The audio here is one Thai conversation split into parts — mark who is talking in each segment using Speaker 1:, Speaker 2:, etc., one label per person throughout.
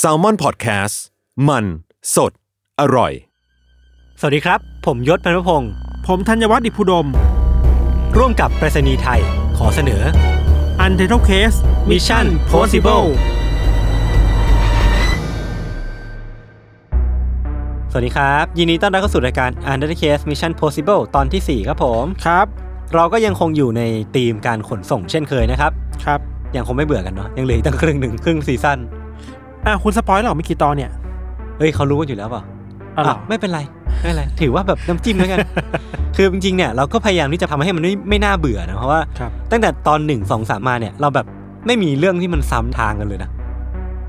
Speaker 1: s a l ม o n PODCAST มันสดอร่อย
Speaker 2: สวัสดีครับ ผมยศพันพพงศ์
Speaker 3: ผมธัญวัฒน์อิพุดม
Speaker 2: ร่วมกับไปรษณีย์ไทย ขอเสนอ
Speaker 3: u n t i t l e Case
Speaker 2: Mission Possible สวัสดีครับ ยินดีต้อนรับเข้าสู่รายการ Under the Case Mission Possible ตอนที่ 4 ครับผม
Speaker 3: ครับ
Speaker 2: เราก็ยังคงอยู่ในธีมการขนส่งเช่นเคยนะครับ
Speaker 3: ครับ
Speaker 2: ยังคงไม่เบื่อกันเนาะยังเหลืออีกตั้งครึ่งหนึ่งครึ่งซีซั่น
Speaker 3: อ่ะคุณสปอยล์เหรอไม่กี่ตอนเนี่ย
Speaker 2: เฮ้ยเขารู้กันอยู่แล้วเปล่า
Speaker 3: อ่ะเหรอ
Speaker 2: อ่ะไม่เป็นไรไม่เป็นไร ถือว่าแบบน้ำจิ้มแล้วกัน คือจริงๆเนี่ยเราก็พยายามที่จะทำให้มันไม่ไม่น่าเบื่อนะเพราะว่า
Speaker 3: ครับ
Speaker 2: ตั้งแต่ตอนหนึ่งสองสามมาเนี่ยเราแบบไม่มีเรื่องที่มันซ้ำทางกันเลยนะ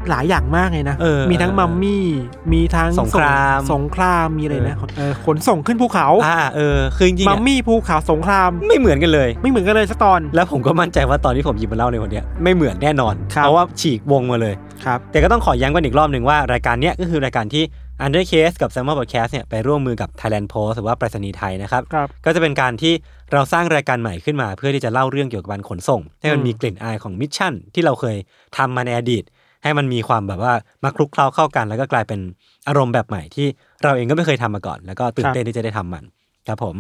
Speaker 3: หลายอย่างมากเลยนะ
Speaker 2: เออ
Speaker 3: มีทั้งมัมมี่ มีทั้ง
Speaker 2: สงคราม
Speaker 3: สงคราม มีอะไรนะเออขนส่งขึ้นภูเขา
Speaker 2: อ่าเออคือจริงๆ
Speaker 3: มั
Speaker 2: เนี่
Speaker 3: ม
Speaker 2: ย
Speaker 3: มี่ภูเขาสงคราม
Speaker 2: ไม่เหมือนกันเลย
Speaker 3: ไม่เหมือนกันเลยสักตอน
Speaker 2: แล้วผมก็มั่นใจว่าตอนที่ผมหยิบมาเล่าในวันเนี้ยไม่เหมือนแน่นอน
Speaker 3: ครับ
Speaker 2: เพราะว่าฉีกวงมาเลย
Speaker 3: ครับ
Speaker 2: แต่ก็ต้องขอย้ำกันอีกรอบหนึ่งว่ารายการเนี้ยก็คือรายการที่ Under Case กับ s a m m e r Podcast เนี่ยไปร่วมมือกับ Thailand Post หรือว่าไปรษณีย์ไทยนะครับ
Speaker 3: ครับ
Speaker 2: ก็จะเป็นการที่เราสร้างรายการใหม่ขึ้นมา เพื่อที่จะเล่าเรื่องเกี่ยวกับการขนส่ง ให้มัน
Speaker 3: อืม
Speaker 2: มีกลิ่นอายของมิชชั่นที่เราเคยทำมาในอดีต ให้มันมีความแบบว่ามาคลุกเคล้าเข้ากัน แล้วก็กลายเป็นอารมณ์แบบใหม่ที่เราเองก็ไม่เคยทำมาก่อน แล้วก็ตื่นเต้นที่จะได้ทำมันครับผม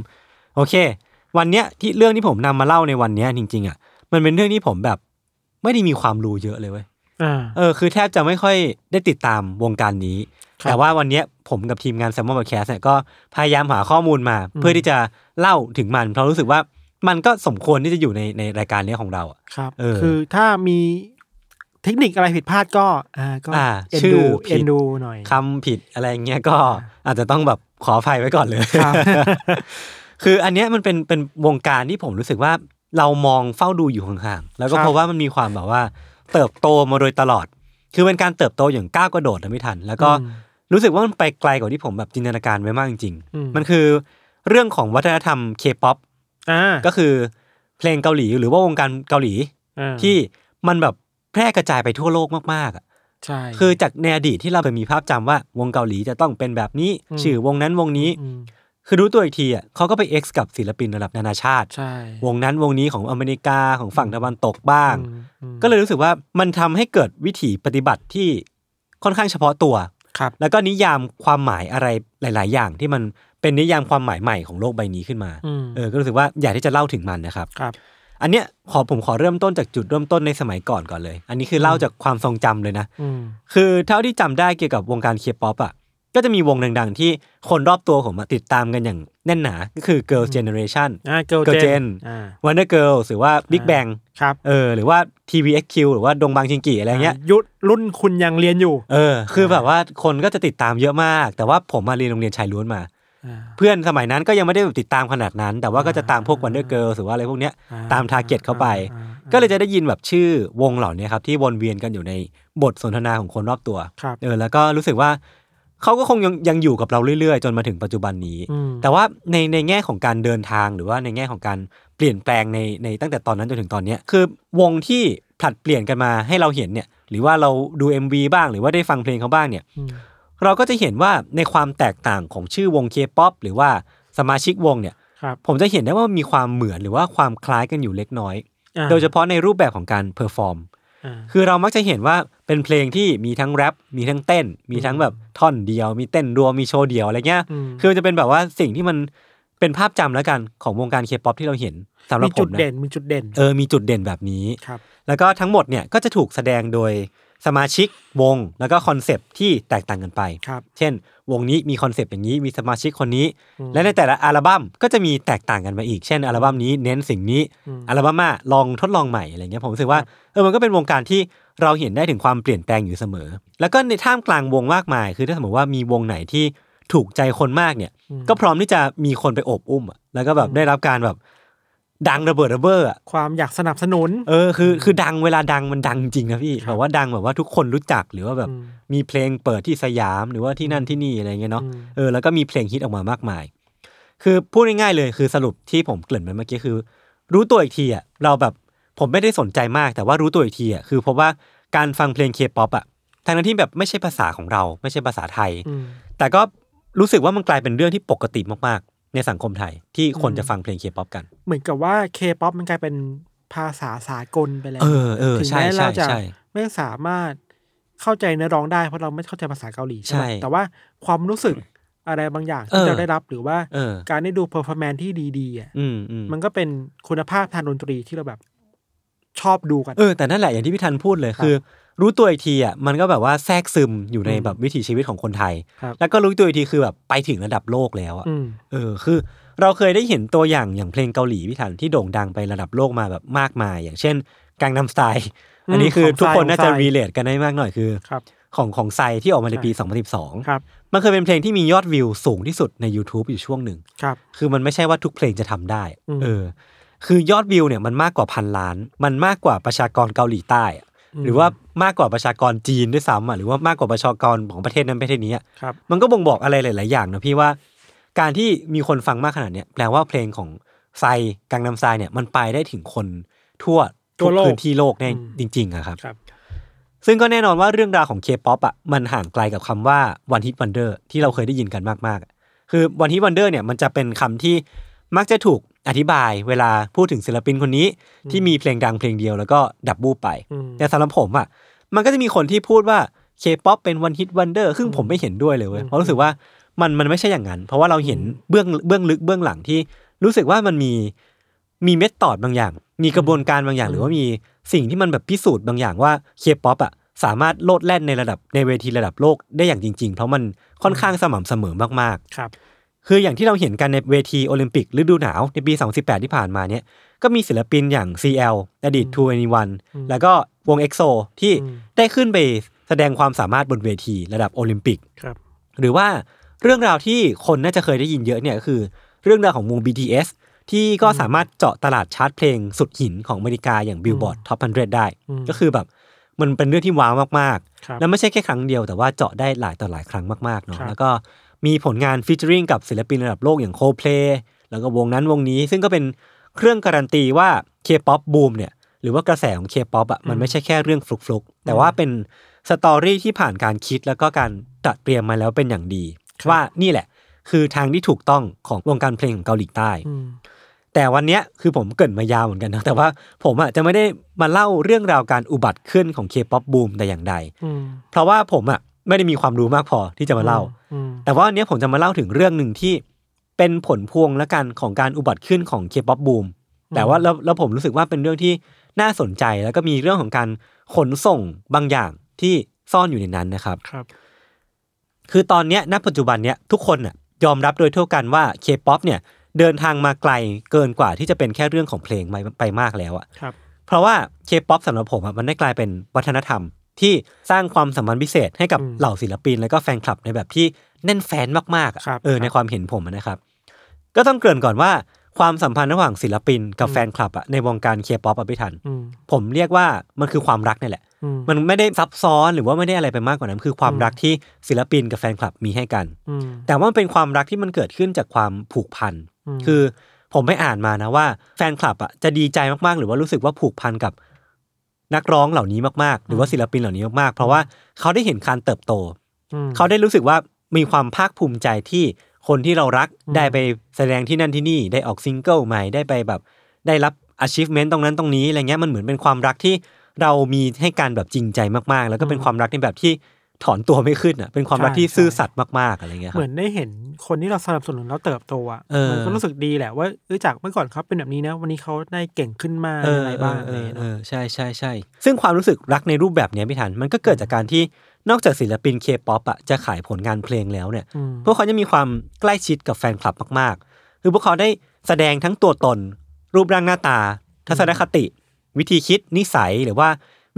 Speaker 2: โอเค วันเนี้ยที่เรื่องที่ผมนำมาเล่าในวันเนี้ยจริงๆอ่ะมันเป็นเรื่องที่ผมแบบไม่ได้มีความรู้เยอะเลยเว้ย
Speaker 3: อ่า
Speaker 2: เออคือแทบจะไม่ค่อยได้ติดตามวงการนี้
Speaker 3: ครับ
Speaker 2: แต่ว่าวันเนี้ยผมกับทีมงาน s ซมมอนบอ c แคสเนี่ยก็พยายามหาข้อมูลมา เพื่อที่จะเล่าถึงมัน เพราะรู้สึกว่ามันก็สมควรที่จะอยู่ในในรายการเนี้ยของเราอะ
Speaker 3: ครับ
Speaker 2: เออ
Speaker 3: คือถ้ามีเทคนิคอะไรผิดพลาดก็ อ่า ก็
Speaker 2: อ่า
Speaker 3: เอ็น
Speaker 2: ชื่อ
Speaker 3: ดู
Speaker 2: ผิด
Speaker 3: เอ็นดูหน่อย
Speaker 2: คำผิดอะไรเงี้ยก็อาจจะต้องแบบขออภัยไว้ก่อนเลย
Speaker 3: ครับ
Speaker 2: คืออันเนี้ยมันเป็นเป็นวงการที่ผมรู้สึกว่าเรามองเฝ้าดูอยู่ห่างๆ แล้วก็
Speaker 3: ครับ
Speaker 2: เพราะว่ามันมีความแบบว่า เติบโตมาโดยตลอด คือเป็นการเติบโตอย่างก้าวกระโดดนะไม่ทัน แล้วก็
Speaker 3: อืม
Speaker 2: รู้สึกว่ามันไปไกลกว่าที่ผมแบบจินตนาการไว้มากจริง
Speaker 3: อืม
Speaker 2: มันคือเรื่องของวัฒนธรรมเคป๊อป
Speaker 3: อ่า
Speaker 2: ก็คือเพลงเกาหลีหรือว่าวงการเกาหลี
Speaker 3: อ่า
Speaker 2: ที่มันแบบแพร่กระจายไปทั่วโลกมากๆอะ
Speaker 3: ใช่
Speaker 2: คือจากในอดีตที่เราไปมีภาพจำว่าวงเกาหลีจะต้องเป็นแบบนี้ ชื่อวงนั้นวงนี้
Speaker 3: อืม
Speaker 2: คือรู้ตัวอีกทีอ่ะเขาก็ไปเอ็กซ์กับศิลปินระดับนานาชาติ
Speaker 3: ใช่
Speaker 2: วงนั้นวงนี้ของอเมริกาของฝั่งตะวันตกบ้าง
Speaker 3: อืมอืม
Speaker 2: ก็เลยรู้สึกว่ามันทำให้เกิดวิถีปฏิบัติที่ค่อนข้างเฉพาะตัว
Speaker 3: ครับ
Speaker 2: แล้วก็นิยามความหมายอะไรหลาย ๆ อย่างที่มันเป็นนิยามความหมายใหม่ของโลกใบนี้ขึ้นมา
Speaker 3: อืม
Speaker 2: เออ ก็รู้สึกว่าอยากที่จะเล่าถึงมันนะครับ
Speaker 3: ครับ
Speaker 2: อันเนี้ยขอผมขอเริ่มต้นจากจุดเริ่มต้นในสมัยก่อนก่อนเลย อันนี้คือเล่าจากความทรงจำเลยนะ
Speaker 3: อืม
Speaker 2: คือเท่าที่จำได้เกี่ยวกับวงการเคป๊อปอ่ะ ก็จะมีวงดัง ๆ ที่คนรอบตัวผมอะติดตามกันอย่างแน่นหนา ก็คือ Girls Generation
Speaker 3: อ่าเกิล
Speaker 2: Girl
Speaker 3: เจ
Speaker 2: Gen
Speaker 3: นอ่า
Speaker 2: Wonder Girls หรือว่า Big
Speaker 3: อ่า
Speaker 2: Bang
Speaker 3: ครับ
Speaker 2: เออ หรือว่า TVXQ หรือว่าดงบางชิงกีอะไรเงี้ย
Speaker 3: ยุครุ่นคุณยังเรียนอยู่
Speaker 2: เออ คือแบบว่าคนก็จะติดตามเยอะมาก แต่ว่าผมมาเรียนโรงเรียนชายล้วนมา
Speaker 3: อ่า
Speaker 2: เพื่อนสมัยนั้นก็ยังไม่ได้แบบติดตามขนาดนั้น แต่ว่าก็จะตามพวกวันเดอร์เกิร์หรือว่าอะไรพวกเนี้ย
Speaker 3: อ่า
Speaker 2: ตามทาร์เก็ตเข้าไป
Speaker 3: อ่าอ่า
Speaker 2: ก็เลยจะได้ยินแบบชื่อวงเหล่านี้ครับ ที่วนเวียนกันอยู่ในบทสนทนาของคนรอบตัว
Speaker 3: ครับ
Speaker 2: เออแล้วก็รู้สึกว่าเขาก็คงยังยังอยู่กับเราเรื่อยๆ จนมาถึงปัจจุบันนี้
Speaker 3: อืม
Speaker 2: แต่ว่าในในแง่ของการเดินทางหรือว่าในแง่ของการเปลี่ยนแปลงในในตั้งแต่ตอนนั้นจนถึงตอนเนี้ยคือวงที่ผลัดเปลี่ยนกันมาให้เราเห็นเนี่ย หรือว่าเราดู MV บ้างหรือว่าได้ฟังเพลงเขาบ้างเนี่ย
Speaker 3: อืม
Speaker 2: เราก็จะเห็นว่าในความแตกต่างของชื่อวงเคป๊อปหรือว่าสมาชิกวงเนี่ย
Speaker 3: ครับ
Speaker 2: ผมจะเห็นได้ว่ามีความเหมือนหรือว่าความคล้ายกันอยู่เล็กน้อย
Speaker 3: อ่า
Speaker 2: โดยเฉพาะในรูปแบบของการเพอร์ฟอร์ม
Speaker 3: อ่า
Speaker 2: คือเรามักจะเห็นว่าเป็นเพลงที่มีทั้งแรปมีทั้งเต้น มีทั้งแบบท่อนเดียว มีเต้นรวมมีโชว์เดียวอะไรเงี้ย
Speaker 3: ม
Speaker 2: คือมันจะเป็นแบบว่าสิ่งที่มันเป็นภาพจำแล้วกันของวงการเคป๊อปที่เราเห็นสำหรั
Speaker 3: มี
Speaker 2: บผ
Speaker 3: จุด
Speaker 2: มนะ
Speaker 3: เด่นมีจุดเด่น
Speaker 2: เออมีจุดเด่นแบบนี้
Speaker 3: ครับ
Speaker 2: แล้วก็ทั้งหมดเนี่ยก็จะถูกแสดงโดยสมาชิกวง แล้วก็คอนเซปต์ที่แตกต่างกันไป
Speaker 3: ครับ
Speaker 2: เช่น วงนี้มีคอนเซปต์อย่างนี้มีสมาชิกคนนี้
Speaker 3: อืม
Speaker 2: และในแต่ละอัลบั้มก็จะมีแตกต่างกันไปอีก เช่น อัลบั้มนี้เน้นสิ่งนี้
Speaker 3: อืม
Speaker 2: อัลบั้มหน้าลองทดลองใหม่อะไรเงี้ยผมรู้สึกว่าเออมันก็เป็นวงการที่เราเห็นได้ถึงความเปลี่ยนแปลงอยู่เสมอ แล้วก็ในท่ามกลางวงมากมาย คือถ้าสมมติว่ามีวงไหนที่ถูกใจคนมากเนี่ย
Speaker 3: อืม
Speaker 2: ก็พร้อมที่จะมีคนไปโอบอุ้มอะแล้วก็แบบได้รับการแบบดังระเบิดระเบ้ออะ
Speaker 3: ความอยากสนับสนุน
Speaker 2: เออคือคือดังเวลาดังมันดังจริงนะพี่แบบว่าดังแบบว่าทุกคนรู้จักหรือว่าแบบ
Speaker 3: อืม
Speaker 2: มีเพลงเปิดที่สยามหรือว่าที่นั่นที่นี่อะไรเงี้ยเนาะ
Speaker 3: อืม
Speaker 2: เออแล้วก็มีเพลงฮิตออกมามากมาย คือพูดง่ายๆเลยคือสรุปที่ผมเกริ่นไปเมื่อกี้คือ รู้ตัวอีกทีอ่ะเราแบบผมไม่ได้สนใจมาก แต่ว่ารู้ตัวอีกทีอ่ะคือเพราะว่าการฟังเพลงเคป๊อปอ่ะทางนั้นที่แบบไม่ใช่ภาษาของเรา ไม่ใช่ภาษาไทย
Speaker 3: อืม
Speaker 2: แต่ก็รู้สึกว่ามันกลายเป็นเรื่องที่ปกติมากๆ ในสังคมไทย ที่คนจะฟังเพลงเคป๊อปกัน
Speaker 3: เหมือนกับว่าเคป๊อปมันกลายเป็นภาษาสากลไปแล้ว
Speaker 2: เออเออ
Speaker 3: ถึง
Speaker 2: ใช่ใช่
Speaker 3: แม้เราจะ
Speaker 2: ใช่
Speaker 3: ไม่สามารถ เข้าใจเนื้อร้องได้เพราะเราไม่เข้าใจภาษาเกาหลีใช่ไหม
Speaker 2: ใช่
Speaker 3: แต่ว่าความรู้สึกอะไรบางอย่าง
Speaker 2: เอ
Speaker 3: ที่
Speaker 2: อ
Speaker 3: เราได้รับหรือว่า
Speaker 2: เออ
Speaker 3: การได้ดูเพอร์ฟอร์แมนที่ดีๆอ่ะ
Speaker 2: อืมอืม
Speaker 3: มันก็เป็นคุณภาพทางดนตรีที่เราแบบชอบดูกัน
Speaker 2: เออแต่นั่นแหละอย่างที่พี่ทันพูดเลย
Speaker 3: ครับ
Speaker 2: คือ รู้ตัวอีกทีอ่ะมันก็แบบว่าแทรกซึมอยู่ใน
Speaker 3: อืม
Speaker 2: แบบวิถีชีวิตของคนไทย
Speaker 3: ครับ
Speaker 2: แล้วก็รู้ตัวอีกทีคือแบบไปถึงระดับโลกแล้วอ่ะ
Speaker 3: อืม
Speaker 2: เออคือเราเคยได้เห็นตัวอย่างอย่างเพลงเกาหลีพิถันที่โด่งดังไประดับโลกมาแบบมากมาย อย่างเช่นกังนำสไตล์
Speaker 3: อืม
Speaker 2: อันนี้คือ
Speaker 3: ของไซ
Speaker 2: ทุกคนน่า
Speaker 3: ข
Speaker 2: จะ
Speaker 3: องไซ
Speaker 2: รีเลทกันได้มากหน่อยคือ
Speaker 3: ครับ
Speaker 2: ของของไซที่ออกมาในปี
Speaker 3: ใช่
Speaker 2: 2012
Speaker 3: ครับ
Speaker 2: มันเคยเป็นเพลงที่มียอดวิวสูงที่สุดใน YouTube อยู่ช่วงหนึ่ง
Speaker 3: ครับ
Speaker 2: คือมันไม่ใช่ว่าทุกเพลงจะทำได้
Speaker 3: อืม
Speaker 2: เออ คือยอดวิวเนี่ยมันมากกว่าพันล้าน มันมากกว่าประชากรเกาหลีใต้อะหรือว่ามากกว่าประชากรจีนด้วยซ้ำอ่ะหรือว่ามากกว่าประชากรของประเทศนั้นประเทศนี้อะ
Speaker 3: ครับ
Speaker 2: มันก็บ่งบอกอะไรหลาย ๆ อย่างนะพี่ว่า การที่มีคนฟังมากขนาดเนี้ยแปลว่าเพลงของไซกังนำไซเนี่ยมันไปได้ถึงคนทั่ว
Speaker 3: ทั่วโลก
Speaker 2: ทุพื้นที่โลกเนี่ย
Speaker 3: อืม
Speaker 2: จริง ๆอะครับ
Speaker 3: ครับ
Speaker 2: ซึ่งก็แน่นอนว่าเรื่องราวของเคป๊อปอะมันห่างไกลกับคำว่าวันฮิตวันเดอร์ที่เราเคยได้ยินกันมาก ๆ คือวันฮิตวันเดอร์เนี่ยมันจะเป็นคำที่มักจะถูกอธิบายเวลาพูดถึงศิลปินคนนี้ ที่มีเพลงดังเพลงเดียวแล้วก็ดับบูไป
Speaker 3: อืม
Speaker 2: แต่สำหรับผมอ่ะมันก็จะมีคนที่พูดว่าเคป๊อปเป็นวันฮิตวันเดอร์ซึ่งผมไม่เห็นด้วยเลยเว้ย
Speaker 3: อืม
Speaker 2: เพราะรู้สึกว่ามันมันไม่ใช่อย่างนั้น เพราะว่าเราเห็นเบื้องเบื้องลึกเบื้องหลังที่ รู้สึกว่ามันมีมีเม็ดตอดบางอย่าง มีกระบวนการบางอย่าง หรือว่ามีสิ่งที่มันแบบพิสูจน์บางอย่างว่าเคป๊อปอ่ะสามารถโลดแล่นในระดับในเวทีระดับโลกได้อย่างจริง ๆ เพราะมันค่อนข้างสม่ำเสมอมากๆ
Speaker 3: ครับ
Speaker 2: คืออย่างที่เราเห็นกันในเวทีโอลิมปิกฤดูหนาวในปี 2018 ที่ผ่านมาเนี่ย ก็มีศิลปินอย่าง CL อดีต2 n
Speaker 3: อืม
Speaker 2: 1แล้วก็วง EXO ที่
Speaker 3: อืม
Speaker 2: ได้ขึ้นไปแสดงความสามารถบนเวทีระดับโอลิมปิก
Speaker 3: ครับ
Speaker 2: หรือว่าเรื่องราวที่คนน่าจะเคยได้ยินเยอะเนี่ยก็คือ เรื่องราวของวง BTS ที่ก็สามารถเจาะตลาดชาร์ตเพลงสุดหินของอเมริกาอย่าง Billboard Top 100 ได้
Speaker 3: อืม
Speaker 2: ก็คือแบบมันเป็นเรื่องที่ว้าวมาก ๆ
Speaker 3: ครับ
Speaker 2: แล้วไม่ใช่แค่ครั้งเดียวแต่ว่าเจาะได้หลายต่อหลายครั้งมากๆเนาะ
Speaker 3: ครับ
Speaker 2: แล้วก็มีผลงานฟีเจอริงกับศิลปินระดับโลกอย่างโคเพลแล้วก็วงนั้นวงนี้ ซึ่งก็เป็นเครื่องการันตีว่าเคป๊อปบูมเนี่ย หรือว่ากระแสของเคป๊อปอ่ะมันไม่ใช่แค่เรื่องฟลุกๆ แต่ว่าเป็นสตอรี่ที่ผ่านการคิดแล้วก็การจัดเตรียมมาแล้วเป็นอย่างดี ว่านี่แหละ คือทางที่ถูกต้องของวงการเพลงของเกาหลีใต้
Speaker 3: อืม
Speaker 2: แต่วันเนี้ยคือผมเกรินมายาวเหมือนกันนะแต่ว่าผมอ่ะจะไม่ได้มาเล่าเรื่องราวการอุบัติขึ้นของเคป๊อปบูมแต่อย่างใด
Speaker 3: อืม
Speaker 2: เพราะว่าผมอ่ะไม่ได้มีความรู้มากพอที่จะมาเล่า
Speaker 3: อืม
Speaker 2: แต่ว่าอันเนี้ยผมจะมาเล่าถึงเรื่องหนึ่งที่เป็นผลพวงและกันของการอุบัติขึ้นของเคป๊อปบูม แต่ว่าแล้วแล้วผมรู้สึกว่าเป็นเรื่องที่น่าสนใจแล้วก็มีเรื่องของการขนส่งบางอย่างที่ซ่อนอยู่ในนั้นนะครับ
Speaker 3: ครับ
Speaker 2: คือตอนเนี้ยณปัจจุบันเนี้ยทุกคนน่ะยอมรับโดยทั่วกันว่าเคป๊อปเนี่ยเดินทางมาไกลเกินกว่าที่จะเป็นแค่เรื่องของเพลงไปไปมากแล้วอะ
Speaker 3: ครับ
Speaker 2: เพราะว่าเคป๊อปสำหรับผมอะมันได้กลายเป็นวัฒนธรรม ที่สร้างความสัมพันธ์พิเศษให้กับ
Speaker 3: อืม
Speaker 2: เหล่าศิลปิน และก็แฟนคลับในแบบที่แน่นแฟนมากๆอะ
Speaker 3: ครับ
Speaker 2: เออ
Speaker 3: ครับ
Speaker 2: ในความเห็นผมอะนะครับ ก็ต้องเกริ่นก่อนว่าความสัมพันธ์ระหว่างศิลปินกับ
Speaker 3: อืม
Speaker 2: แฟนคลับอะในวงการเคป๊อปอะพี่ทัน
Speaker 3: อืม
Speaker 2: ผมเรียกว่ามันคือความรักนี่แหละ
Speaker 3: อืม
Speaker 2: มันไม่ได้ซับซ้อนหรือว่าไม่ได้อะไรไปมากกว่านั้น คือความ
Speaker 3: อืม
Speaker 2: รักที่ศิลปินกับแฟนคลับมีให้กัน
Speaker 3: อืม
Speaker 2: แต่ว่ามันเป็นความรักที่มันเกิดขึ้นจากความผูกพัน
Speaker 3: อืม
Speaker 2: คือผมไม่อ่านมานะว่าแฟนคลับอ่ะจะดีใจมากๆ หรือว่ารู้สึกว่าผูกพันกับนักร้องเหล่านี้มากๆ หรือว่าศิลปินเหล่านี้มากๆ เพราะว่าเขาได้เห็นการเติบโต
Speaker 3: อืม
Speaker 2: เขาได้รู้สึกว่ามีความภาคภูมิใจที่คนที่เรารัก
Speaker 3: อืม
Speaker 2: ได้ไปแสดงที่นั่นที่นี่ได้ออกซิงเกิลใหม่ได้ไปแบบได้รับ achievement ตรงนั้นตรงนี้อะไรเงี้ยมันเหมือนเป็นความรักที่เรามีให้การแบบจริงใจมากๆ แล้วก็เป็นความรักในแบบที่ถอนตัวไม่ขึ้นอ่ะเป็นความรักที่ซื่อสัตย์มากๆอะไรเงี้ยค
Speaker 3: เห
Speaker 2: รับ
Speaker 3: มือนได้เห็นคนที่เราสนับสนุนแล้วเติบโตอ่ะ
Speaker 2: เออ
Speaker 3: มันก็รู้สึกดีแหละว่าเออจากเมื่อก่อนเขาเป็นแบบนี้นะ วันนี้เขาได้เก่งขึ้นมาก
Speaker 2: เออ
Speaker 3: อะไร
Speaker 2: เอ
Speaker 3: บ้าง
Speaker 2: อ
Speaker 3: อะ
Speaker 2: เอ
Speaker 3: ไร
Speaker 2: อ
Speaker 3: เงี้ย
Speaker 2: เอ
Speaker 3: เนาะ
Speaker 2: อใช่ใช่ใช่ซึ่งความรู้สึกรักในรูปแบบเนี้ยพี่ทันมันก็เกิดจากการที่นอกจากศิลปินเคป๊อปอ่ะจะขายผลงานเพลงแล้วเนี่ย
Speaker 3: อืม
Speaker 2: พวกเขาจะมีความใกล้ชิดกับแฟนคลับมากๆ คือพวกเขาได้แสดงทั้งตัวตน รูปร่างหน้าตา ทัศนคติ วิธีคิดนิสัยหรือว่า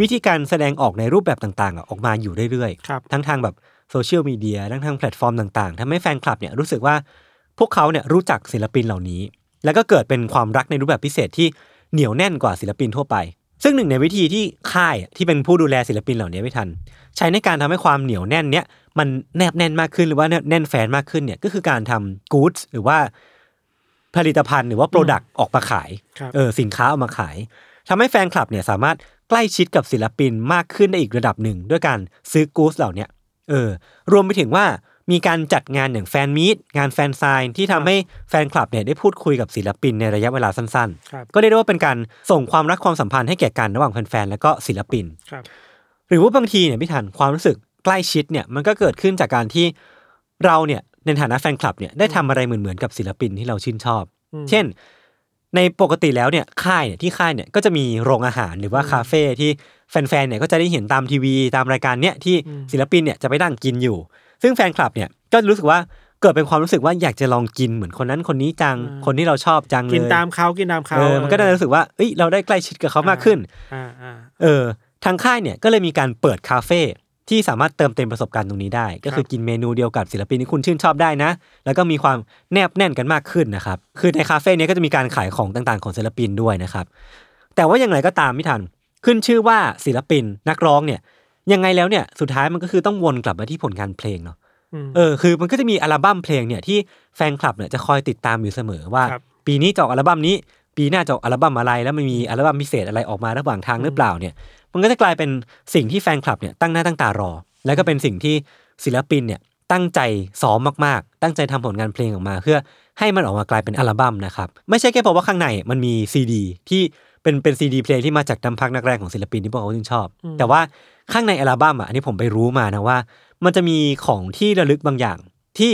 Speaker 2: วิธีการแสดงออกในรูปแบบต่างๆอ่ะออกมาอยู่เรื่อย
Speaker 3: ครับ
Speaker 2: ทั้งทางแบบโซเชียลมีเดียทั้งทางแพลตฟอร์มต่างๆทำให้แฟนคลับเนี่ยรู้สึกว่าพวกเขาเนี่ยรู้จักศิลปินเหล่านี้ แล้วก็เกิดเป็นความรักในรูปแบบพิเศษที่เหนียวแน่นกว่าศิลปินทั่วไป ซึ่งหนึ่งในวิธีที่ค่ายอ่ะที่เป็นผู้ดูแลศิลปินเหล่านี้ไม่ทัน ใช้ในการทำให้ความเหนียวแน่นเนี้ยมันแนบแน่นมากขึ้นหรือว่าแน่นแฟนมากขึ้นเนี่ยก็คือการทำกู๊ดหรือว่าผลิตภัณฑ์หรือว่าโปรดักต์ออกมาขาย
Speaker 3: ครับ
Speaker 2: เออสินค้าออกมาขายทำให้แฟนคลับเนี่ยสามารถใกล้ชิดกับศิลปินมากขึ้นได้อีกระดับหนึ่ง ด้วยการซื้อกู๊ดเหล่าเนี้ยเออรวมไปถึงว่ามีการจัดงานอย่างแฟนมีตงานแฟนไซน์ที่ทำให้แฟนคลับเนี่ยได้พูดคุยกับศิลปินในระยะเวลาสั้น
Speaker 3: ครับ
Speaker 2: ๆ ก็เรียกได้ว่าเป็นการส่งความรักความสัมพันธ์ให้แก่กันระหว่างแฟนๆและก็ศิลปิน
Speaker 3: ครับ
Speaker 2: หรือว่าบางทีเนี่ยพี่ทันความรู้สึกใกล้ชิดเนี่ยมันก็เกิดขึ้นจากการที่เราเนี่ยในฐานะแฟนคลับเนี่ยได้ทำอะไรเหมือนเหมือนๆกับศิลปินที่เราชื่นชอบ
Speaker 3: อืม
Speaker 2: เช่น ในปกติแล้วเนี่ยค่ายเนี่ยที่ค่ายเนี่ยก็จะมีโรงอาหารหรือว่าคาเฟ่ที่แฟนๆเนี่ยก็จะได้เห็นตามทีวีตามรายการเนี่ยที่
Speaker 3: อืม
Speaker 2: ศิลปินเนี่ยจะไปนั่งกินอยู่ ซึ่งแฟนคลับเนี่ยก็รู้สึกว่าเกิดเป็นความรู้สึกว่าอยากจะลองกินเหมือนคนนั้นคนนี้จังคนที่เราชอบจังเลย
Speaker 3: กินตามเขากินตามเขา
Speaker 2: เออมันก็ได้รู้สึกว่าเอ้ยเราได้ใกล้ชิดกับเขามากขึ้น
Speaker 3: อ่าอ่า
Speaker 2: เออทางค่ายเนี่ยก็เลยมีการเปิดคาเฟ่ที่สามารถเติมเต็มประสบการณ์ตรงนี้ได้ ก็คือ
Speaker 3: ครับ
Speaker 2: กินเมนูเดียวกับศิลปินที่คุณชื่นชอบได้นะ แล้วก็มีความแนบแน่นกันมากขึ้นนะครับ คือในคาเฟ่เนี้ก็จะมีการขายของต่างๆ ของศิลปินด้วยนะครับ แต่ว่าอย่างไรก็ตามไม่ทัน ขึ้นชื่อว่าศิลปินนักร้องเนี่ยยังไงแล้วเนี่ยสุดท้ายมันก็คือต้องวนกลับมาที่ผลงานเพลงเนาะ
Speaker 3: อืม
Speaker 2: เออคือมันก็จะมีอัลบั้มเพลงเนี่ยที่แฟนคลับเนี่ยจะคอยติดตามอยู่เสมอว่า
Speaker 3: ครับ
Speaker 2: ปีนี้จะออกอัลบั้มนี้ ปีหน้าจะออกอัลบั้มอะไร แล้วมันมีอัลบั้มพิเศษอะไรออกมาระหว่างทางหรือเปล่าเนี่ย มันก็จะกลายเป็นสิ่งที่แฟนคลับเนี่ยตั้งหน้าตั้งตารอ แล้วก็เป็นสิ่งที่ศิลปินเนี่ยตั้งใจซ้อมมากๆ ตั้งใจทำผลงานเพลงออกมา เพื่อให้มันออกมากลายเป็นอัลบั้มนะครับ ไม่ใช่แค่เพราะว่าข้างในมันมีซีดีที่เป็นเป็นซีดีเพลงที่มาจากน้ำพักนักแรงของศิลปินที่พวกเขาชื่นชอบ
Speaker 3: อืม
Speaker 2: แต่ว่าข้างในอัลบั้มอ่ะอันนี้ผมไปรู้มานะว่า มันจะมีของที่ระลึกบางอย่าง ที่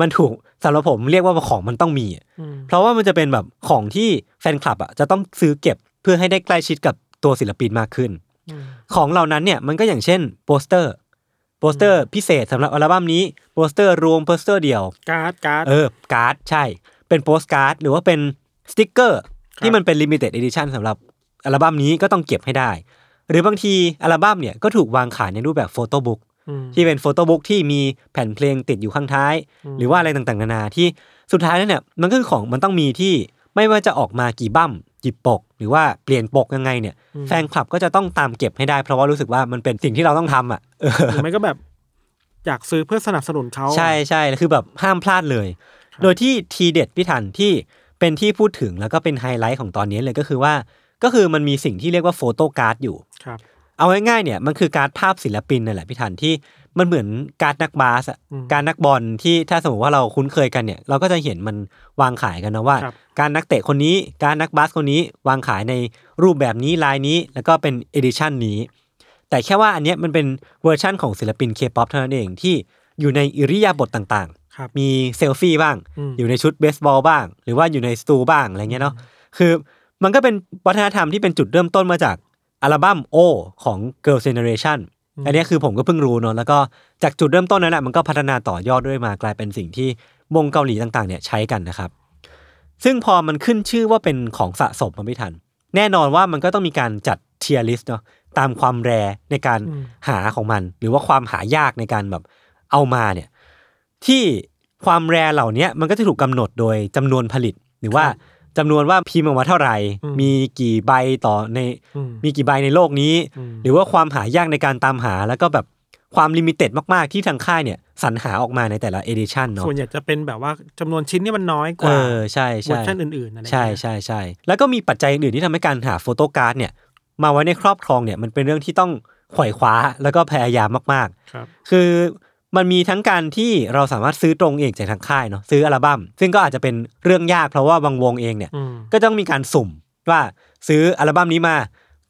Speaker 2: มันถูกสำหรับผมเรียกว่าของมันต้องมีอะ
Speaker 3: อืม
Speaker 2: เพราะว่ามันจะเป็นแบบของที่แฟนคลับอ่ะจะต้องซื้อเก็บเพื่อให้ได้ใกล้ชิดกับตัวศิลปินมากขึ้น
Speaker 3: อืม
Speaker 2: ของเหล่านั้นเนี่ยมันก็อย่างเช่นโปสเตอร์ โปสเตอร์พิเศษสำหรับอัลบั้มนี้โปสเตอร์รวมโปสเตอร์เดียว
Speaker 3: การ์ดการ์ด
Speaker 2: เออ การ์ดใช่ เป็นโปสการ์ดหรือว่าเป็นสติกเกอร์
Speaker 3: ครับ
Speaker 2: ที่มันเป็นลิมิเต็ดเอดิชันสำหรับอัลบั้มนี้ก็ต้องเก็บให้ได้ หรือบางทีอัลบั้มเนี่ยก็ถูกวางขายในรูปแบบโฟโต้บุ๊ก
Speaker 3: ม
Speaker 2: ที่เป็นโฟโต้บุ๊กที่มีแผ่นเพลงติดอยู่ข้างท้าย
Speaker 3: อืม
Speaker 2: หรือว่าอะไรต่างๆ นานาที่สุดท้ายแล้วเนี่ยมันก็คือของมันต้องมีที่ไม่ว่าจะออกมากี่บั้มกี่ปก หรือว่าเปลี่ยนปกยังไงเนี่ย แฟนคลับก็จะต้องตามเก็บให้ได้ เพราะว่ารู้สึกว่ามันเป็นสิ่งที่เราต้องทำอ่ะเออ
Speaker 3: หรือไม่ก็แบบ อยากซื้อเพื่อสนับสนุนเขา
Speaker 2: ใช่ใช่แล้วคือแบบห้ามพลาดเลย
Speaker 3: ครับ
Speaker 2: โดยที่ทีเด็ดพิธันที่เป็นที่พูดถึงแล้วก็เป็นไฮไลท์ของตอนนี้เลยก็คือว่า ก็คือมันมีสิ่งที่เรียกว่าโฟโต้การ์ดอยู่
Speaker 3: ครับ
Speaker 2: เอาง่ายๆเนี่ยมันคือการดภาพศิลปินนั่นแหละพี่ทันที่มันเหมือนการดนักบาสอะ
Speaker 3: อืม
Speaker 2: การดนักบอลที่ถ้าสมมติว่าเราคุ้นเคยกันเนี่ยเราก็จะเห็นมันวางขายกันนะว่า
Speaker 3: ครับ
Speaker 2: การดนักเตะคนนี้การดนักบาสคนนี้วางขายในรูปแบบนี้ลายนี้แล้วก็เป็นเอดิชันนี้ แต่แค่ว่าอันเนี้ยมันเป็นเวอร์ชั่นของศิลปินเคป๊อปเท่านั้นเองที่อยู่ในอิริยาบถต่าง
Speaker 3: ครับ
Speaker 2: ๆ มีเซลฟี่บ้าง
Speaker 3: อืม
Speaker 2: อยู่ในชุดเบสบอลบ้าง หรือว่าอยู่ในสตูบ้างอะไรเงี้ยเนาะคือมันก็เป็นวัฒนธรรมที่เป็นจุดเริ่มต้นมาจาก อัลบั้มโอของ Girl Generation
Speaker 3: อืม
Speaker 2: อันเนี้ยคือผมก็เพิ่งรู้เนาะแล้วก็จากจุดเริ่มต้นนั้นแหละมันก็พัฒนาต่อยอดด้วยมากลายเป็นสิ่งที่วงเกาหลีต่างๆเนี่ยใช้กันนะครับ ซึ่งพอมันขึ้นชื่อว่าเป็นของสะสมมันไม่ทัน แน่นอนว่ามันก็ต้องมีการจัดเทียร์ลิสต์เนาะตามความแรร์ในการ
Speaker 3: อืม
Speaker 2: หาของมัน หรือว่าความหายากในการแบบเอามาเนี่ยที่ความแรร์เหล่าเนี้ยมันก็จะถูกกำหนดโดยจำนวนผลิต หรือว่าจำนวนว่าพิมพ์ออกมาเท่าไหร่
Speaker 3: อืม
Speaker 2: มีกี่ใบต่อใน
Speaker 3: อืม
Speaker 2: มีกี่ใบในโลกนี้
Speaker 3: อืม
Speaker 2: หรือว่าความหายากในการตามหาแล้วก็แบบความลิมิเต็ดมาก ๆ ที่ทางค่ายเนี่ยสรรหาออกมาในแต่ละเอดิชันเนาะ
Speaker 3: ส่วนใหญ่จะเป็นแบบว่าจำนวนชิ้นนี่มันน้อยก
Speaker 2: เอ
Speaker 3: ว่า
Speaker 2: อใช่
Speaker 3: เวอ
Speaker 2: ใช่
Speaker 3: ร์ชันอื่นๆอะไรอย่าง
Speaker 2: ใช่
Speaker 3: เงี้ย
Speaker 2: ใช่ใช่แล้วก็มีปัจจัยอื่นที่ทำให้การหาโฟโต้การ์ดเนี่ยมาไว้ในครอบครองเนี่ยมันเป็นเรื่องที่ต้องขวอยคว้าแล้วก็พยายามมาก ๆ
Speaker 3: ครับ
Speaker 2: คือมันมีทั้งการที่เราสามารถซื้อตรงเองจากทางค่ายเนาะซื้ออัลบั้มซึ่งก็อาจจะเป็นเรื่องยากเพราะว่าบางวงเองเนี่ย
Speaker 3: อืม
Speaker 2: ก็ต้องมีการสุ่มว่าซื้ออัลบั้มนี้มา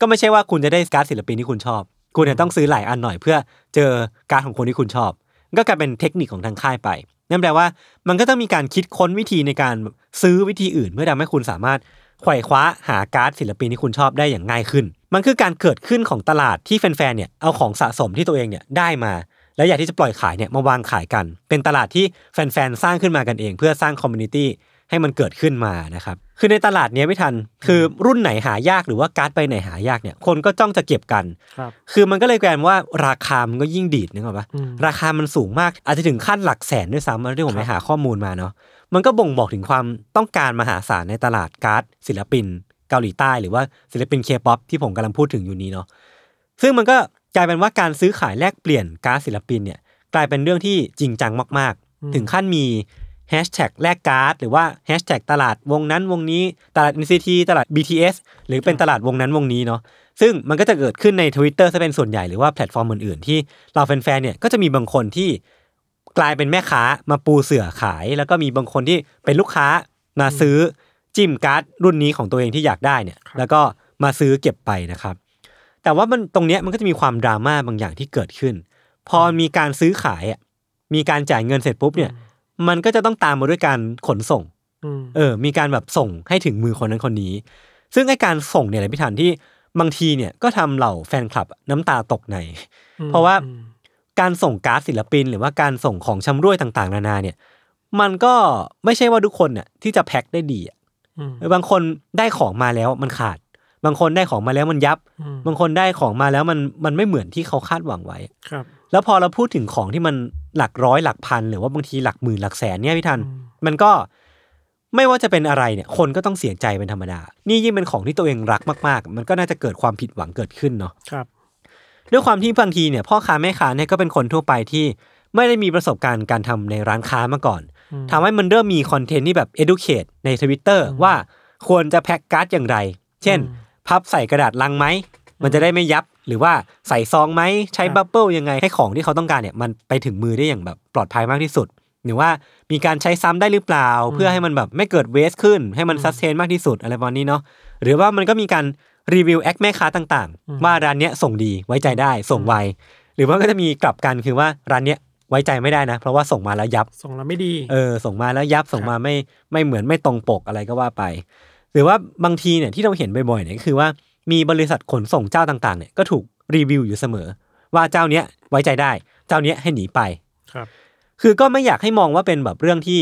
Speaker 2: ก็ไม่ใช่ว่าคุณจะได้การ์ดศิลปินที่คุณชอบ คุณเนี่ยต้องซื้อหลายอันหน่อยเพื่อเจอการ์ดของคนที่คุณชอบมันก็กลายเป็นเทคนิคของทางค่ายไป นั่นแปลว่ามันก็ต้องมีการคิดค้นวิธีในการซื้อวิธีอื่น เพื่อทำให้คุณสามารถไขว่คว้าหาการ์ดศิลปินที่คุณชอบได้อย่างง่ายขึ้น มันคือการเกิดขึ้นของตลาดที่แฟนๆเนี่ยเอาของสะสมที่ตัวเองเนี่ยได้มา และอยากที่จะปล่อยขายเนี่ยมาวางขายกัน เป็นตลาดที่แฟนๆสร้างขึ้นมากันเอง เพื่อสร้างคอมมูนิตี้ให้มันเกิดขึ้นมานะครับ คือในตลาดเนี้ยไม่ทัน คือรุ่นไหนหายากหรือว่าการ์ดไปไหนหายากเนี่ย คนก็จ้องจะเก็บกัน
Speaker 3: ครับ
Speaker 2: คือมันก็เลยกลายเป็นว่าราคามันก็ยิ่งดีดนึกออกปะ
Speaker 3: อืม
Speaker 2: ราคามันสูงมากอาจจะถึงขั้นหลักแสนด้วยซ้ำอันที่ผมไป
Speaker 3: ครับ
Speaker 2: หาข้อมูลมาเนาะ มันก็บ่งบอกถึงความต้องการมหาศาลในตลาดการ์ดศิลปินเกาหลีใต้ หรือว่าศิลปินเคป๊อปที่ผมกำลังพูดถึงอยู่นี้เนาะ ซึ่งมันก็กลายเป็นว่าการซื้อขายแลกเปลี่ยนการ์ดศิลปินเนี่ยกลายเป็นเรื่องที่จริงจังมาก
Speaker 3: อืม
Speaker 2: ๆ ถึงขั้นมีแฮชแท็กแลกการ์ดหรือว่าแฮชแท็กตลาดวงนั้นวงนี้ตลาด NCT ตลาด BTS หรือเป็นตลาดวงนั้นวงนี้เนาะซึ่งมันก็จะเกิดขึ้นใน Twitter ซะเป็นส่วนใหญ่หรือว่าแพลตฟอร์มอื่น ๆ ที่เราแฟนๆเนี่ยก็จะมีบางคนที่กลายเป็นแม่ค้ามาปูเสื่อขาย แล้วก็มีบางคนที่เป็นลูกค้ามาซื้อจิ้มการ์ดรุ่นนี้ของตัวเองที่อยากได้เนี่ยแล้วก็มาซื้อเก็บไปนะครับ แต่ว่ามันตรงเนี้ยมันก็จะมีความดราม่าบางอย่างที่เกิดขึ้น พอมีการซื้อขายอ่ะมีการจ่ายเงินเสร็จปุ๊บเนี่ย มันก็จะต้องตามมาด้วยการขนส่ง
Speaker 3: อืม
Speaker 2: เออ มีการแบบส่งให้ถึงมือคนนั้นคนนี้ ซึ่งไอการส่งเนี่ยแหละพี่ทันที่บางทีเนี่ยก็ทำเหล่าแฟนคลับน้ำตาตกใน เพราะว่า การส่งการ์ดศิลปิน หรือว่าการส่งของชำร่วยต่างๆ นานาเนี่ย มันก็ไม่ใช่ว่าทุกคนน่ะที่จะแพ็คได้ดีอะ
Speaker 3: อืม
Speaker 2: เออบางคนได้ของมาแล้วมันขาด บางคนได้ของมาแล้วมันยับ
Speaker 3: อืม
Speaker 2: บางคนได้ของมาแล้วมันมันไม่เหมือนที่เขาคาดหวังไว้
Speaker 3: ครับ
Speaker 2: แล้วพอเราพูดถึงของที่มันหลักร้อยหลักพัน หรือว่าบางทีหลักหมื่นหลักแสนเนี่ยพี่ทัน มันก็ไม่ว่าจะเป็นอะไรเนี่ย คนก็ต้องเสียใจเป็นธรรมดา นี่ยิ่งเป็นของที่ตัวเองรักมากๆ มันก็น่าจะเกิดความผิดหวังเกิดขึ้นเนาะ
Speaker 3: ครับ
Speaker 2: ด้วยความที่บางทีเนี่ยพ่อค้าแม่ค้าเนี่ยก็เป็นคนทั่วไปที่ไม่ได้มีประสบการณ์การทำในร้านค้ามาก่อน
Speaker 3: อืม
Speaker 2: ทำให้มันเริ่มมีคอนเทนต์ที่แบบ educate ในทวิตเตอร์ว่าควรจะแพ็คการ์ดอย่างไร เช่น พับใส่กระดาษลังไหม มันจะได้ไม่ยับ หรือว่าใส่ซองไหม ใช้บับเบิลยังไงให้ของที่เขาต้องการเนี่ย มันไปถึงมือได้อย่างแบบปลอดภัยมากที่สุด หรือว่ามีการใช้ซ้ำได้หรือเปล่า เพื่อให้มันแบบไม่เกิดเวสขึ้น ให้มันซัสเทนมากที่สุดอะไรประมาณนี้เนาะ หรือว่ามันก็มีการรีวิวแอคแม่ค้าต่างๆ ว่าร้านเนี้ยส่งดีไว้ใจได้ส่งไว หรือว่าก็จะมีกลับกันคือว่าร้านเนี้ยไว้ใจไม่ได้นะ เพราะว่าส่งมาแล้วยับ
Speaker 3: ส่งแล้วไม่ดี
Speaker 2: เออส่งมาแล้วยับส่งมาไม่ไม่เหมือนไม่ตรงปกอะไรก็ว่าไป หรือว่าบางทีเนี่ยที่เราเห็นบ่อยๆเนี่ยก็คือว่ามีบริษัทขนส่งเจ้าต่างๆเนี่ยก็ถูกรีวิวอยู่เสมอ ว่าเจ้าเนี้ยไว้ใจได้ เจ้าเนี้ยให้หนีไป
Speaker 3: ครับ
Speaker 2: คือก็ไม่อยากให้มองว่าเป็นแบบเรื่องที่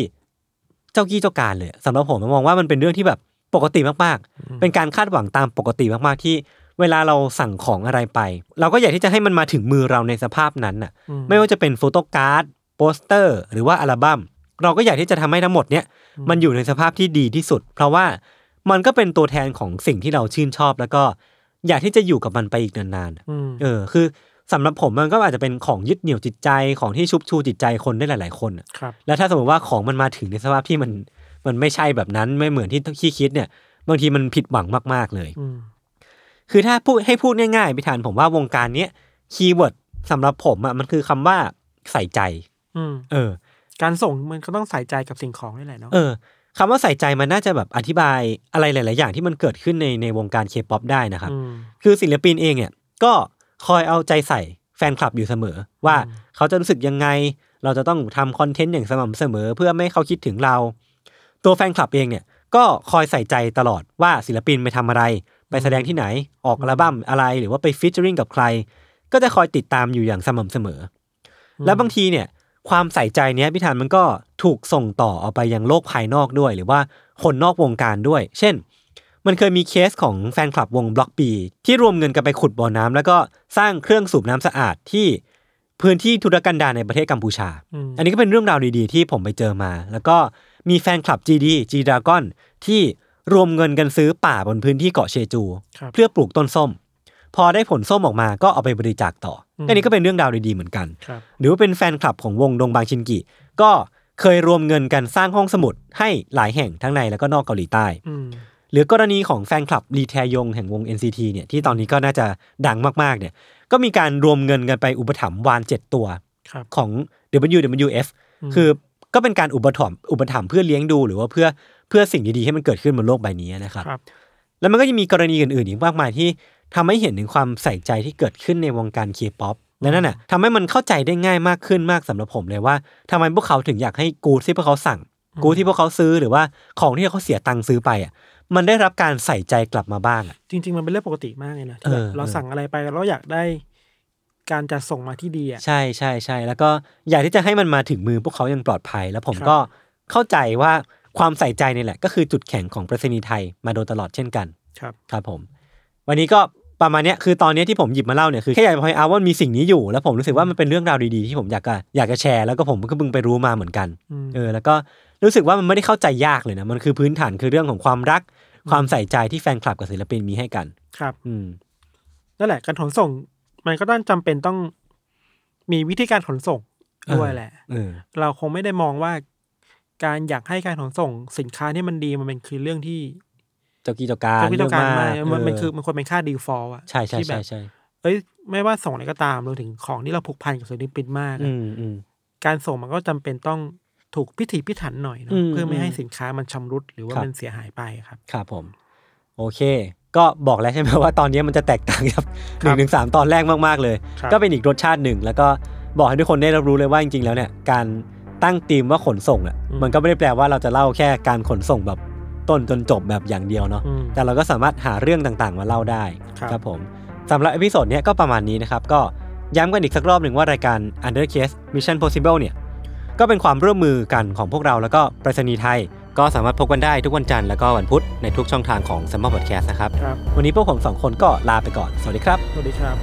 Speaker 2: เจ้ากี้เจ้าการเลยสำหรับผมผมมองว่ามันเป็นเรื่องที่แบบปกติมากๆ เป็นการคาดหวังตามปกติมากๆที่ เวลาเราสั่งของอะไรไป เราก็อยากที่จะให้มันมาถึงมือเราในสภาพนั้นน่ะ
Speaker 3: อืม
Speaker 2: ไม่ว่าจะเป็นโฟโต้การ์ดโปสเตอร์ หรือว่าอัลบัม้มเราก็อยากที่จะทำให้ทั้งหมดเนี้ยมันอยู่ในสภาพที่ดีที่สุด เพราะว่ามันก็เป็นตัวแทนของสิ่งที่เราชื่นชอบ แล้วก็อยากที่จะอยู่กับมันไปอีกนานๆ
Speaker 3: อืม
Speaker 2: เออคือสำหรับผมมันก็อาจจะเป็นของยึดเหนี่ยวจิตใจของที่ชุบชูจิตใจคนได้หลาย ๆ คนอะ
Speaker 3: ครับ
Speaker 2: แล้วถ้าสมมติว่าของมันมาถึงในสภาพที่มันมันไม่ใช่แบบนั้นไม่เหมือนที่ที่คิดเนี่ย บางทีมันผิดหวังมาก ๆ เลย
Speaker 3: อืม
Speaker 2: คือถ้าพูดให้พูดง่ายๆพิธานผมว่าวงการเนี้ยคีย์เวิร์ดสำหรับผมอะมันคือคำว่าใส่ใจ
Speaker 3: อืม
Speaker 2: เออ
Speaker 3: การส่งมันก็ต้องใส่ใจกับสิ่งของนี่แหละเนาะ
Speaker 2: เออคำว่าใส่ใจมันน่าจะแบบอธิบายอะไรหลาย ๆ อย่างที่มันเกิดขึ้นในในวงการเคป๊อปได้นะครับ
Speaker 3: อืม
Speaker 2: คือศิลปินเองเนี่ยก็คอยเอาใจใส่แฟนคลับอยู่เสมอ ว่า
Speaker 3: อืม
Speaker 2: เขาจะรู้สึกยังไง เราจะต้องทำคอนเทนต์อย่างสม่ำเสมอ เพื่อไม่ให้เขาคิดถึงเรา ตัวแฟนคลับเองเนี่ยก็คอยใส่ใจตลอดว่าศิลปินไปทำอะไร ไปแสดงที่ไหนออกอัลบั้มอะไรหรือว่าไปฟิชเจอริงกับใคร ก็จะคอยติดตามอยู่อย่างสม่ำเสมออและบางทีเนี่ยความใส่ใจเนี้ยพิธานมันก็ถูกส่งต่อออกไปยังโลกภายนอกด้วย หรือว่าคนนอกวงการด้วย เช่น มันเคยมีเคสของแฟนคลับวงบล็อกบีที่รวมเงินกันไปขุดบ่อน้ำแล้วก็สร้างเครื่องสูบน้ำสะอาดที่พื้นที่ทุรกันดารในประเทศกัมพูชา
Speaker 3: อืม
Speaker 2: อันนี้ก็เป็นเรื่องราวดีๆ ที่ผมไปเจอมา แล้วก็มีแฟนคลับ GD G Dragon ที่รวมเงินกันซื้อป่าบนพื้นที่เกาะเชจู
Speaker 3: ครับ
Speaker 2: เพื่อปลูกต้นส้ม พอได้ผลส้มออกมาก็เอาไปบริจาคต่ออ
Speaker 3: ม
Speaker 2: อันนี้ก็เป็นเรื่องราวดีๆเหมือนกัน
Speaker 3: ครับ
Speaker 2: หรือว่าเป็นแฟนคลับของวงดงบางชินกิ ก็เคยรวมเงินกันสร้างห้องสมุดให้หลายแห่งทั้งในแล้วก็นอกเกาหลีใต้
Speaker 3: อืม
Speaker 2: หรือกรณีของแฟนคลับรีแทยงแห่งวง NCT เนี่ยที่ตอนนี้ก็น่าจะดังมากๆเนี่ยก็มีการรวมเงินกันไปอุปถัมภ์วาน 7 ตัว
Speaker 3: ครับ
Speaker 2: ของ WWF
Speaker 3: อืม
Speaker 2: คือก็เป็นการอุปถัมภ์อุปถัมภ์เพื่อเลี้ยงดูหรือว่าเพื่อเพื่อสิ่งดีๆให้มันเกิดขึ้นบนโลกใบนี้นะครับ
Speaker 3: ครับ
Speaker 2: แล้วมันก็ยังมีกรณีอื่นๆอีกมากมายที่ทำให้เห็นถึงความใส่ใจที่เกิดขึ้นในวงการเคป๊อปและนั่นน่ะทำให้มันเข้าใจได้ง่ายมากขึ้นมากสำหรับผมเลยว่าทำไมพวกเขาถึงอยากให้กูดที่พวกเขาสั่ง กูดที่พวกเขาซื้อหรือว่าของที่เขาเสียตังค์ซื้อไปอ่ะมันได้รับการใส่ใจกลับมาบ้างอ่ะ
Speaker 3: จริง ๆ มันเป็นเรื่องปกติมากเลยนะที่แบบ
Speaker 2: เออ
Speaker 3: เรา
Speaker 2: เออ
Speaker 3: สั่งอะไรไปเราอยากได้ การจัดส่งมาที่ดีอ่ะ
Speaker 2: ใช่ใช่ใช่แล้วก็อยากที่จะให้มันมาถึงมือพวกเขาอยังปลอดภัย แล้วผม
Speaker 3: ครับ
Speaker 2: ก็เข้าใจว่าความใส่ใจนี่แหละ ก็คือจุดแข็งของประษณีย์ไทยมาโดยตลอดเช่นกัน
Speaker 3: ครับ
Speaker 2: ครับผม วันนี้ก็ประมาณเนี้ยคือตอนเนี้ยที่ผมหยิบมาเล่าเนี่ยคือแค่อยากจะพอยเอาว่ามันมีสิ่งนี้อยู่ แล้วผมรู้สึกว่ามันเป็นเรื่องราวดีๆที่ผมอยากจะอยากจะแชร์แล้วก็ผมก็เพิ่งไปรู้มาเหมือนกัน
Speaker 3: อืม
Speaker 2: เออแล้วก็รู้สึกว่ามันไม่ได้เข้าใจยากเลยนะมันคือพื้นฐานคือเรื่องของความรัก ความใส่ใจที่แฟนคลับกับศิลปินมีให้กัน
Speaker 3: ครับ
Speaker 2: อืม
Speaker 3: นั่นแหละ การขนส่ง มันก็ต้องจำเป็นต้องมีวิธีการขนส่งด้วย
Speaker 2: เออ
Speaker 3: แหละ
Speaker 2: เออ
Speaker 3: เราคงไม่ได้มองว่า การอยากให้การขนส่งสินค้าที่มันดีมันเป็นคือเรื่องที่
Speaker 2: เจ้ากี้เจ้าการ
Speaker 3: เจ้าที่ต้องการมาก
Speaker 2: เ
Speaker 3: มันมันคือ
Speaker 2: เ
Speaker 3: มันควรเป็นค่าดีฟอลต์อ่ะ
Speaker 2: ใช่ใช่
Speaker 3: ที่แบ
Speaker 2: ใช่
Speaker 3: บ
Speaker 2: ใช่
Speaker 3: เอ้ยไม่ว่าส่งอะไรก็ตามรวมถึงของที่เราผูกพันกับศิลปินมาก
Speaker 2: อื
Speaker 3: อะ
Speaker 2: มอืม
Speaker 3: การส่งมันก็จำเป็นต้องถูกพิถีพิถันหน่อยเน
Speaker 2: อื
Speaker 3: อะ
Speaker 2: ม
Speaker 3: เพื่อไม่ให้สินค้ามันชำรุดหรือว่า
Speaker 2: ครับ
Speaker 3: มันเสียหายไปครับ
Speaker 2: ครับผม โอเค ก็บอกแล้วใช่ไหม ว่าตอนนี้มันจะแตกต่างกับห
Speaker 3: ค
Speaker 2: นึ่
Speaker 3: รับ
Speaker 2: งถึงสามตอนแรกมากๆเลย
Speaker 3: ครับ
Speaker 2: ก็เป็นอีกรสชาติหนึ่ง แล้วก็บอกให้ทุกคนได้รับรู้เลยว่าจริงๆแล้วเนี่ยการตั้งธีมว่าขนส่งอ่ะมันก็ไม่ได้แปลว่าเราจะเล่าแค่การขนส่งแบบต้นจนจบแบบอย่างเดียวเนาะ
Speaker 3: อืม
Speaker 2: แต่เราก็สามารถหาเรื่องต่างๆ มาเล่าได้
Speaker 3: ครับ
Speaker 2: บผมสำหรับเอพิโซดเนี้ยก็ประมาณนี้นะครับ ก็ย้ำกันอีกสักรอบหนึ่งว่ารายการ Under Case Mission Possible เนี่ยก็เป็นความร่วมมือกันของพวกเราแล้วก็ไปรษณีย์ไทย ก็สามารถพบกันได้ทุกวันจันทร์แล้วก็วันพุธในทุกช่องทางของ s ัมมอร์พอดแคสต์นะครับ
Speaker 3: ครับ
Speaker 2: วันนี้พวกผมสองคนก็ลาไปก่อน สวัสดีครับ
Speaker 3: สวัสดีครับ